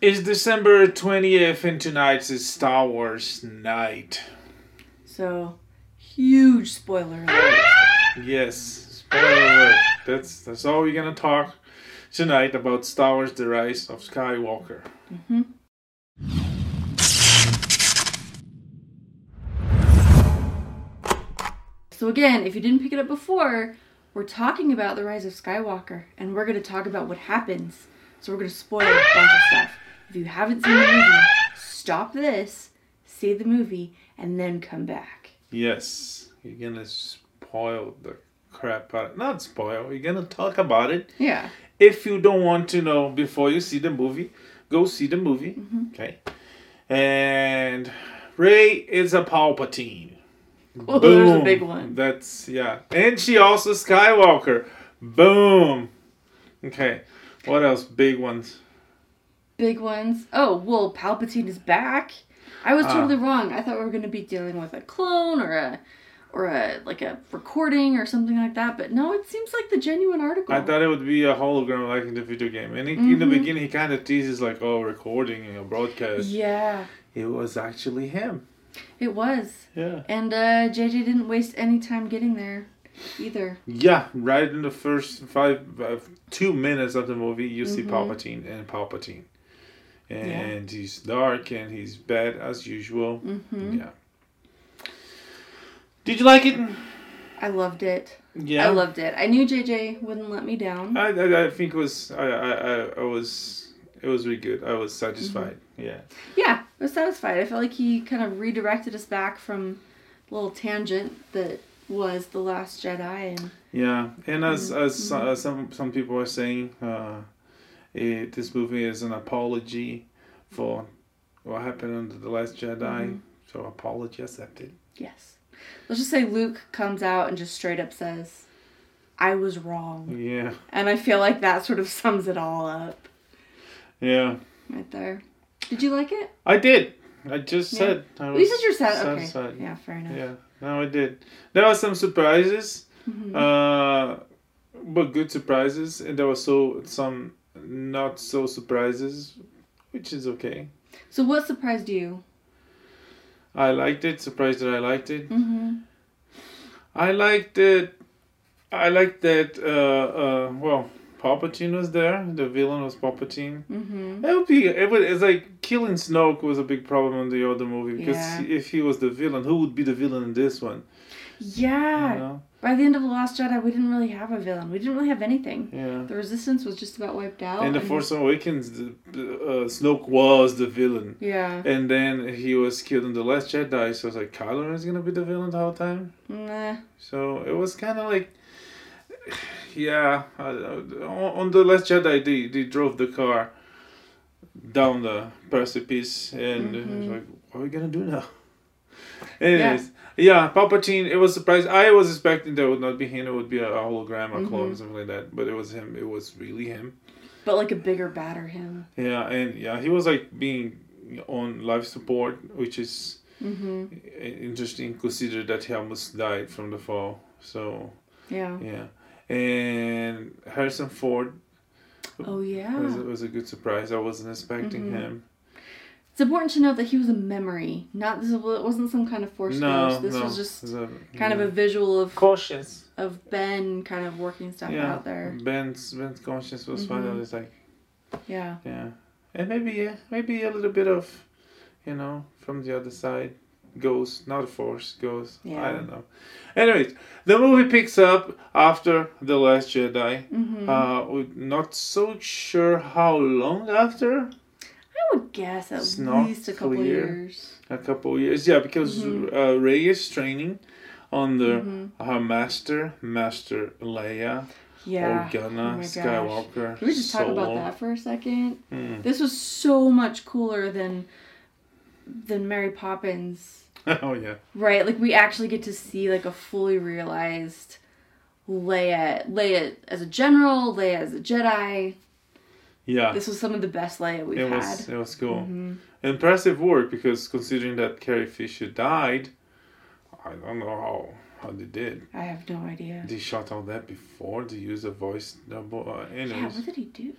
It's December 20th, and tonight's is Star Wars night. So, huge spoiler alert. Yes, spoiler alert. That's, that's all we're going to talk tonight about Star Wars The Rise of Skywalker. So, again, if you didn't pick it up before, we're talking about the rise of Skywalker and we're going to talk about what happens. So, we're going to spoil a bunch of stuff. If you haven't seen the movie, stop this, see the movie, and then come back. Yes, you're going to spoil the crap out Not spoil, you're going to talk about it. Yeah. If you don't want to know before you see the movie, go see the movie. Okay. And Ray is a Palpatine. Well, there's a Boom. big one. That's yeah. And she also Skywalker. Boom. Okay. What else? Big ones. Big ones. Oh, well, Palpatine is back. I was totally wrong. I thought we were going to be dealing with a clone or a. Or a like a recording or something like that, but no, it seems like the genuine article. I thought it would be a hologram like in the video game. And in- Mm-hmm. in the beginning, he kind of teases like, "Oh, recording and a broadcast." yeah, It was actually him. it was. Yeah. And uh, JJ didn't waste any time getting there either. Yeah. Right in the first five, uh, two minutes of the movie, you Mm-hmm. see Palpatine and Palpatine, and he's dark and he's bad as usual. hmm Yeah. Did you like it? I loved it. Yeah. I loved it. I knew JJ wouldn't let me down. I, I, I think it was I, I, I, I was it was really good. I was satisfied. Mm-hmm. Yeah. yeah, I was satisfied. I felt like he kind of redirected us back from the little tangent that was The Last Jedi. And Yeah. And as Mm-hmm. as uh, some some people are saying, uh, it, this movie is an apology for what happened under the Last Jedi. Mm-hmm. So apology accepted. yes, let's just say Luke comes out and just straight up says, I was wrong. Yeah. And I feel like that sort of sums it all up Yeah. right there. Did you like it? I did. I just Yeah. said. I you said you're sad. satisfied. Okay. Yeah, fair enough. Yeah, no, I did. There were some surprises, Mm-hmm. uh, but good surprises, and there were so some not so surprises, which is okay. So, what surprised you? I liked it. Surprised that I liked it. Mm-hmm. I liked it. I liked that. Uh, uh, well, Palpatine was there. The villain was Palpatine. Mm-hmm. It would be. It would. It's like killing Snoke was a big problem in the other movie because Yeah. if he was the villain, who would be the villain in this one? You Yeah. know? By the end of The Last Jedi, we didn't really have a villain. We didn't really have anything. Yeah. The Resistance was just about wiped out. In the Force Awakens, the, uh, Snoke was the villain, Yeah. and then he was killed in the Last Jedi. So it's like Kylo Ren is gonna be the villain the whole time. Nah. So it was kind of like, yeah, I- I- on on the Last Jedi they, they drove the car down the precipice, and it was Mhm. like, what are we gonna do now? Anyways, yeah. Palpatine. It was surprised. I was expecting that would not be him. It would be a hologram, a clone, Mhm. something like that. But it was him. It was really him. But like a bigger, badder him. Yeah, and yeah, he was like being on life support, which is Mm-hmm. i- interesting. Consider that he almost died from the fall. So Yeah. yeah, and Harrison Ford Oh, was, yeah. was a good surprise. I wasn't expecting Mhm. him. It's important to note that he was a memory. Not this. It wasn't some kind of force No, ghost. This no, was just it's a- kind of yeah. a visual of cautious. of Ben kind of working stuff Yeah, out there. Mm-hmm. Ben's Ben's conscience was finally like Yeah. yeah, and maybe yeah, maybe a little bit of, you know, from the other side, goes not a force goes. I Yeah. don't know. Anyways, the movie picks up after the Last Jedi. Mm-hmm. Uh, we're not so sure how long after. I would guess at it's not least a couple clear. years. A couple years, yeah, because Mhm. uh, Ray is training on the Mhm. her master, Master Leia, Yeah. Organa Oh my gosh. Skywalker. Can we just talk about Solo. that for a second? Mm. This was so much cooler than than Mary Poppins, oh yeah. right? Like we actually get to see like a fully realized Leia, Leia as a general, Leia as a Jedi. Yeah. This was some of the best Leia we've it had. was it was cool. Mhm. Impressive work because considering that Carrie Fisher died, I don't know how how they did. I have no idea. They shot all that before they used a voice double. Uh, Yeah, anyways, what did he do?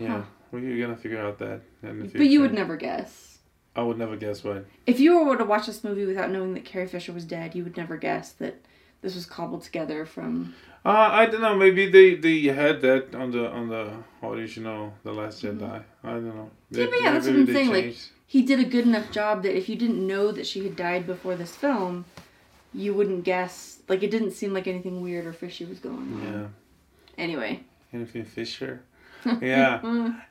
yeah, huh. well, you're gonna figure out that. In the future. But you would never guess. I would never guess what. If you were to watch this movie without knowing that Carrie Fisher was dead, you would never guess that this was cobbled together from. Uh, I don't know. Maybe they they had that on the on the original, the Last Jedi. I don't know. Mm-hmm. Yeah, They- but yeah, that's what maybe I'm they saying. Like, changed. he did a good enough job that if you didn't know that she had died before this film, you wouldn't guess. Like, it didn't seem like anything weird or fishy was going on. yeah, Anyway. Anthony Fisher. yeah.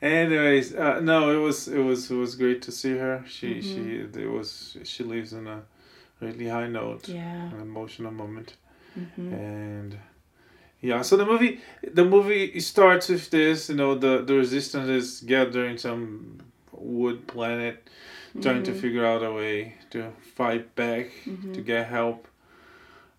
Anyways, uh, no, it was it was it was great to see her. She she it was she leaves on a really high note, Yeah. an emotional moment, Mhm. and yeah. So the movie the movie starts with this. You know, the the resistance is gathering some wood planet, trying to figure out a way to fight back to get help,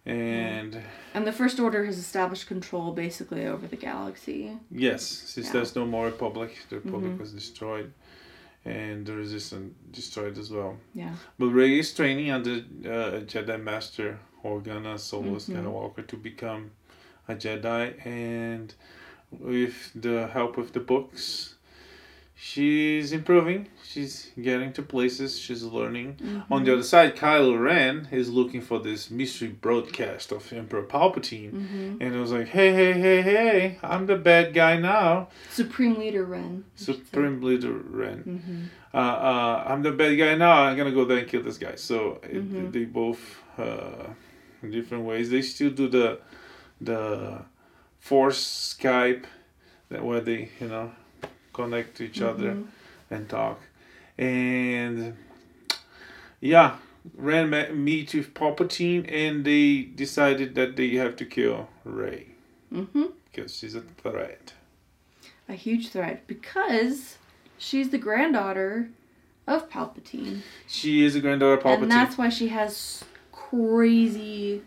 and And the First Order has established control basically over the galaxy. Yes, since Yeah. there's no more republic, the republic was destroyed, and the resistance destroyed as well. Yeah. But Rey is training under uh, Jedi Master Organa Solo Skywalker to become a Jedi, and with the help of the books, she's improving. She's getting to places. She's learning. Mm-hmm. On the other side, Kylo Ren is looking for this mystery broadcast of Emperor Palpatine, Mm-hmm. and it was like, hey, hey, hey, hey, I'm the bad guy now. Supreme Leader Ren. Mm-hmm. Supreme Leader Ren. Uh, uh, I'm the bad guy now. I'm gonna go there and kill this guy. So it, they both uh, in different ways. They still do the the Force Skype that where they you know connect to each other Mm-hmm. and talk. And yeah, Ren met, meet with Palpatine, and they decided that they have to kill Rey Mm-hmm. because she's a threat. A huge threat because she's the granddaughter of Palpatine. She is a granddaughter of Palpatine. And that's why she has crazy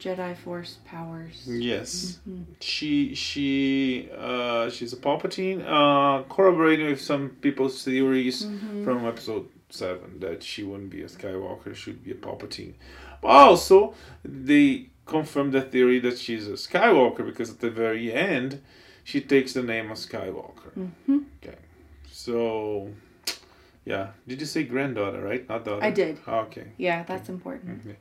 Jedi Force powers. Yes, Mm-hmm. she she uh, she's a Palpatine, uh, corroborating with some people's theories Mm-hmm. from Episode Seven that she wouldn't be a Skywalker, she'd be a Palpatine. But also, they confirm the theory that she's a Skywalker because at the very end, she takes the name of Skywalker. Mm-hmm. Okay, so yeah, did you say granddaughter? Right, not daughter. Ah, I did. Okay, Yeah, that's Mm. important.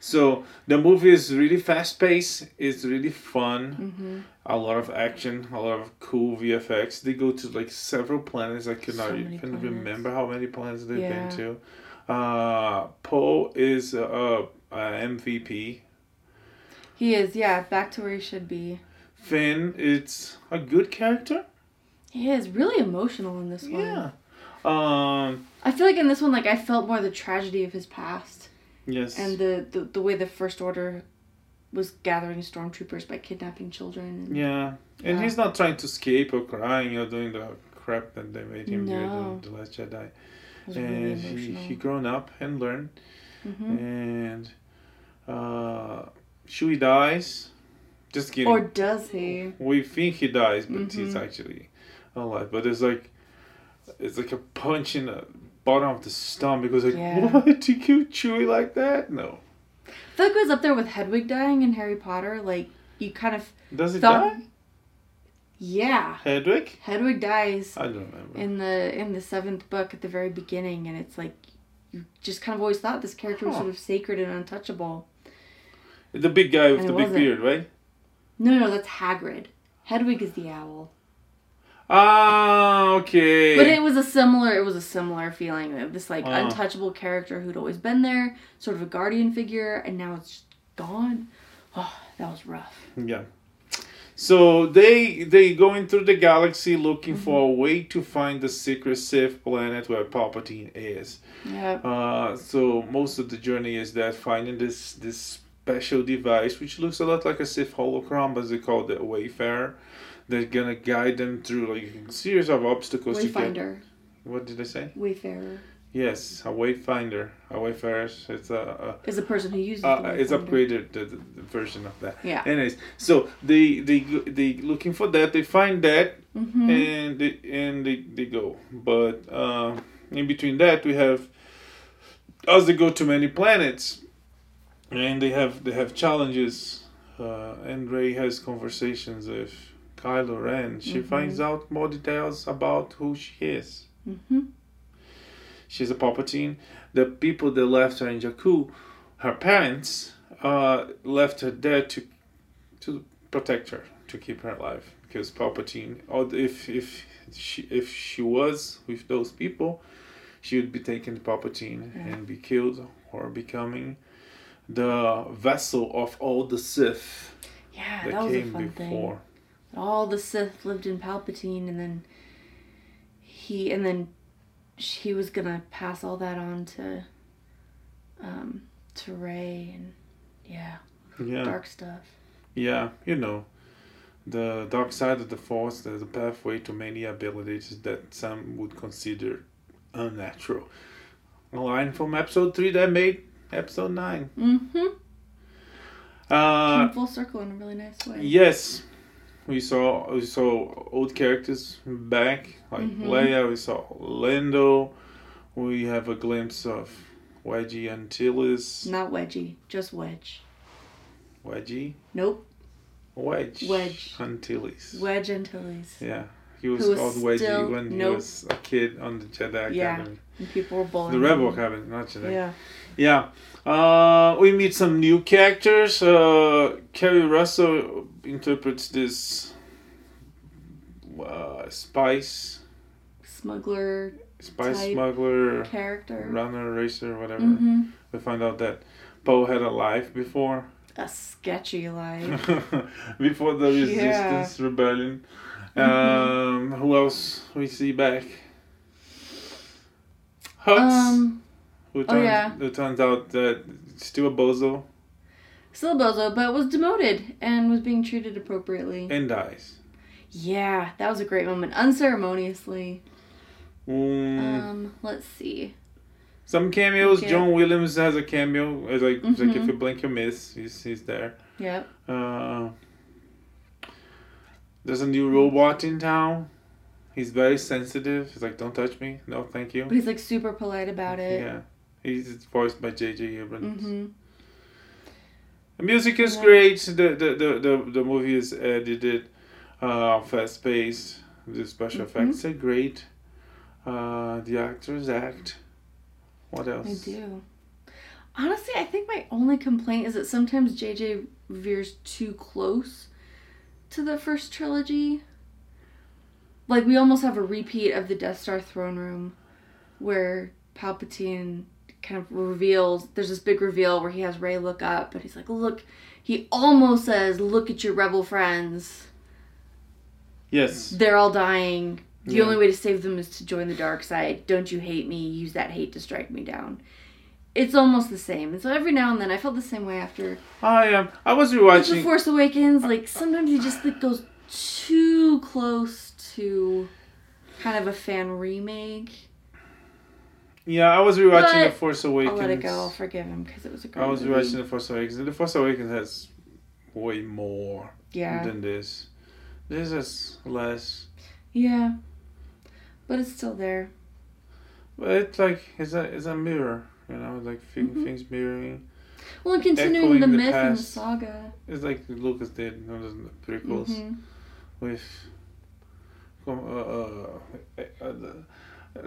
so the movie is really fast paced. It's really fun. Mm-hmm. A lot of action. A lot of cool VFX. They go to like several planets. I could So not many even planets. remember how many planets they've Yeah. been to. Uh, Poe is a, a, a MVP. He is, yeah, back to where he should be. Finn, it's a good character. He is really emotional in this one. Yeah. Um. I feel like in this one, like I felt more the tragedy of his past Yes. and the the, the way the First Order was gathering stormtroopers by kidnapping children. And Yeah, and Yeah. he's not trying to escape or crying or doing the crap that they made him No. do in the Last Jedi. was really and he, emotional. Mm-hmm. he grown up and learned. And uh, Shui dies. Just kidding. Or Mm-hmm. does he? we think he dies, but he's actually alive. But it's like it's like a punch in the bottom of the stomach. It was like, Yeah. what? You kill Chewie like that? No. I feel like it was up there with Hedwig dying in Harry Potter. Like you kind of Does he Thumb- die? yeah, Hedwig? Hedwig dies I don't remember. in the in the seventh book at the very beginning, and it's like you just kind of always thought this character was Huh. sort of sacred and untouchable. the big guy with And the it big wasn't. beard, right? No, no, that's Hagrid. Hedwig is the owl. Ah, okay. But it was a similar it was a similar feeling of this like Uh. untouchable character who'd always been there, sort of a guardian figure, and now it's just gone. Oh, that was rough. Yeah. So they they going through the galaxy looking for a way to find the secret safe planet where Palpatine is. Yeah. Uh, so most of the journey is that finding this this special device which looks a lot like a Sith hologram, as they call the Wayfarer. They're gonna guide them through like a series of obstacles to get. Wayfinder. What did I say? Wayfarer. Yes, a wayfinder, a wayfarer. It's a, a Is the person who uses the uh, it's Wayfinder. upgraded the, the, the version of that. Yeah. Anyways, so they they they looking for that. They find that, Mm-hmm. and they and they, they go. But uh, in between that, we have as they go to many planets, and they have they have challenges. Uh, and Ray has conversations with Kylo Ren, she finds out more details about who she is. Mm-hmm. She's a Palpatine. The people that left her in Jakku, her parents, uh, left her there to to protect her, to keep her alive. Because Palpatine, or if if she if she was with those people, she would be taken to Palpatine Yeah. and be killed or becoming the vessel of all the Sith Yeah, that, Ah, that was a came fun thing. before. all the Sith lived in Palpatine, and then he and then sh- he was gonna pass all that on to um, to Ray and yeah, Yeah. dark stuff. Yeah, you know, the dark side of the force, there's a pathway to many abilities that some would consider unnatural. A line from episode 3 that made episode 9. Mm-hmm. Uh, Came full circle in a really nice way. yes, we saw we saw old characters back, like Mhm. Leia, we saw Lando, we have a glimpse of Wedgie Antilles. Not wedgie, just wedge. Wedgie? Nope, Wedge. Wedge. Antilles. wedge Antilles. Yeah. He was, Who was called Wedgie still- when he nope. was a kid on the Jedi Yeah. Academy. And people were bowling. The Rebel Academy, not Jedi. Yeah. Yeah. Uh, we meet some new characters. Uh, Kerry Russell interprets this uh, spice, Smuggler spice Type smuggler, character. runner, racer, whatever. Mm-hmm. We find out that Poe had a life before. A sketchy life. before the Yeah. Mm-hmm. resistance rebellion. Um, who else we see back? Hux, um, who, oh, turns, yeah. who turns out that still a bozo still a bozo, but was demoted and was being treated appropriately. and dies. Yeah, that was a great moment. Unceremoniously. Mm, Um, let's see. some cameos. okay. John Williams has a cameo. It's like, it's like if Mhm. you blink, you miss. He's, he's there. Yep. Uh, there's a new robot in town. He's very sensitive. He's like, don't touch me. No, thank you. But he's like super polite about it. Yeah, he's voiced by J.J. Abrams. Mm-hmm. The music is Yeah. great. The the, the the the movie is edited, uh, fast paced. The special Mhm. effects are great. Uh, the actors act. What I else? do. Honestly, I think my only complaint is that sometimes JJ veers too close to the first trilogy. Like we almost have a repeat of the Death Star throne room where Palpatine kind of reveals there's this big reveal where he has Ray look up and he's like, "Look, he almost says, "Look at your rebel friends." Yes. They're all dying. The Yeah. only way to save them is to join the dark side. Don't you hate me? Use that hate to strike me down. It's almost the same. And so every now and then I felt the same way after I am. I was like The rewatching. Force Awakens. Like sometimes he just like goes too close to kind of a fan remake. Yeah, I was rewatching But The Force Awakens. I'll let it go. I'll forgive him because it was a great I was movie. rewatching The Force Awakens. and The Force Awakens has way more Yeah. than this. This is less. Yeah. But it's still there. But it's like it's a it's a mirror, you know, like thing, Mhm. things mirroring. Well, and continuing Echoing the, the myth and the past. saga. It's like Lucas did in those prequels Mhm. with um, uh, uh, uh, the,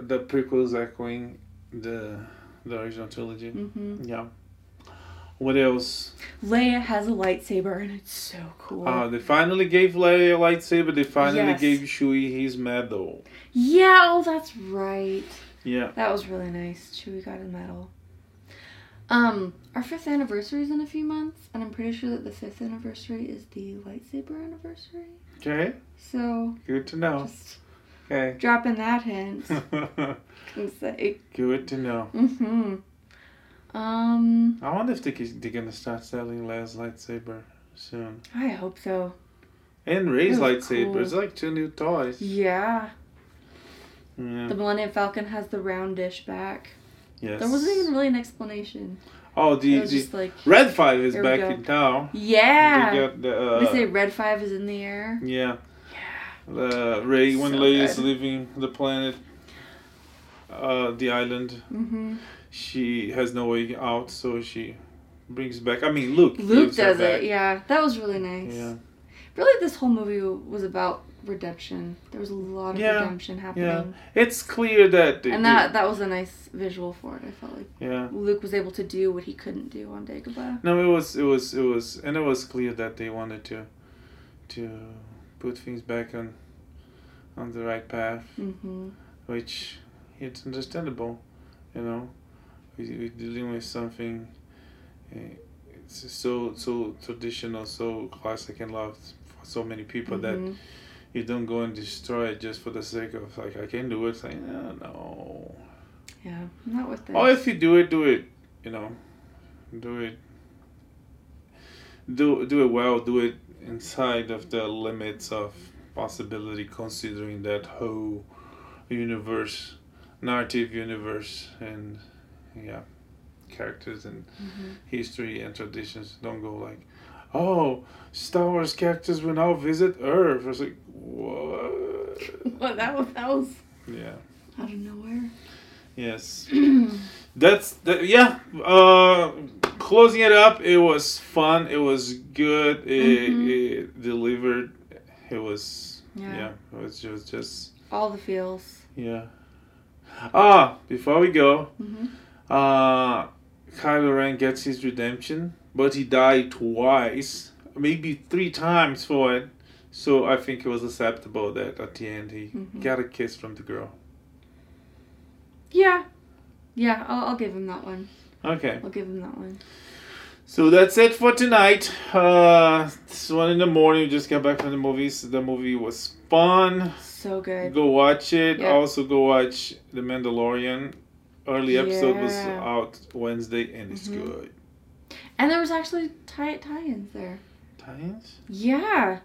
the prequels echoing the the original trilogy. Mhm. Yeah. What else? Leia has a lightsaber and it's so cool. Uh, they finally gave Leia a lightsaber. They finally Yes. gave Chewie his medal. Yeah, oh, that's right. Yeah. That was really nice. Chewie got a medal. Um, our fifth anniversary is in a few months, and I'm pretty sure that the fifth anniversary is the lightsaber anniversary. Okay. So Good to know. just Okay. dropping that hint. Can say. Good to know. Mm-hmm. Um, I wonder if they, they're gonna start selling Leia's lightsaber soon. I hope so. And Ray's Ooh, lightsaber. cool. It's like two new toys. Yeah, Yeah. Hmm. the Millennium Falcon has the round dish back. Yes. There wasn't even really an explanation. Oh, It the, was the just like, Red Five is There we back go. in town. yeah. They got the, uh, they say Red Five is in the air. yeah. The Ray when So Leia is good. leaving the planet, uh, the island, Mm-hmm. she has no way out, so she brings back. I mean, Luke. Luke gives her does back. it. Yeah, that was really nice. Yeah. really this whole movie was about redemption. There was a lot of Yeah. redemption happening. Yeah. It's clear that. And that that was a nice visual for it. I felt like Yeah. Luke was able to do what he couldn't do on Dagobah. No, it was, it was, it was, and it was clear that they wanted to, to put things back on, on the right path, hmm which it's understandable, you know, we, we're dealing with something, uh, it's so so traditional, so classic and loved for so many people Mm-hmm. that you don't go and destroy it just for the sake of like I can do it. It's like no, no. yeah, not with this. Or if you do it, do it. You know, do it. Do do it well. Do it inside of the limits of possibility, considering that whole universe, narrative universe, and yeah, characters and Mhm. history and traditions. Don't go like, oh, Star Wars characters will now visit Earth. It's like what? well, that was that was yeah. out of nowhere. Yes. That's that. Yeah. Uh, closing it up. It was fun. It was good. It, Mhm. it delivered. It was. Yeah. Yeah. It was just. Just. All the feels. Yeah. Ah, before we go, hmm uh, Kylo Ren gets his redemption, but he died twice, maybe three times for it. So I think it was acceptable that at the end he Mhm. got a kiss from the girl. Yeah, yeah. I'll, I'll give him that one. Okay. I'll give him that one. So that's it for tonight. Uh, it's one in the morning. We just got back from the movies. The movie was fun. So good. Go watch it. Yeah. Also, go watch The Mandalorian. Early episode was Yeah. out Wednesday, and it's Mhm. good. And there was actually tie tie-ins there. Times? Yeah.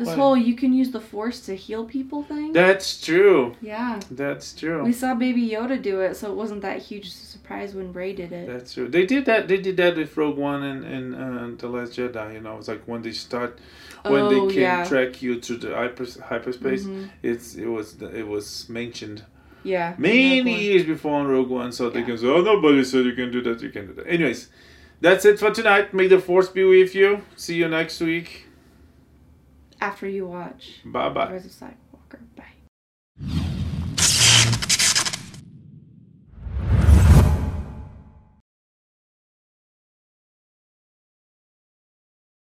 This What? whole you can use the force to heal people thing. That's true. yeah. That's true. We saw Baby Yoda do it, so it wasn't that huge a surprise when Ray did it. That's true. They did that. They did that with Rogue One and and uh, the Last Jedi. You know, it's like when they start, when they Oh, can yeah. track you to the hyper, hyperspace. Mhm. It's it was it was mentioned Yeah. many Rogue One. years before on Rogue One, so they Yeah. can say, "Oh, nobody said you can do that. You can do that." Anyways, that's it for tonight. May the force be with you. See you next week. After you watch Bye bye. The Rise of Skywalker.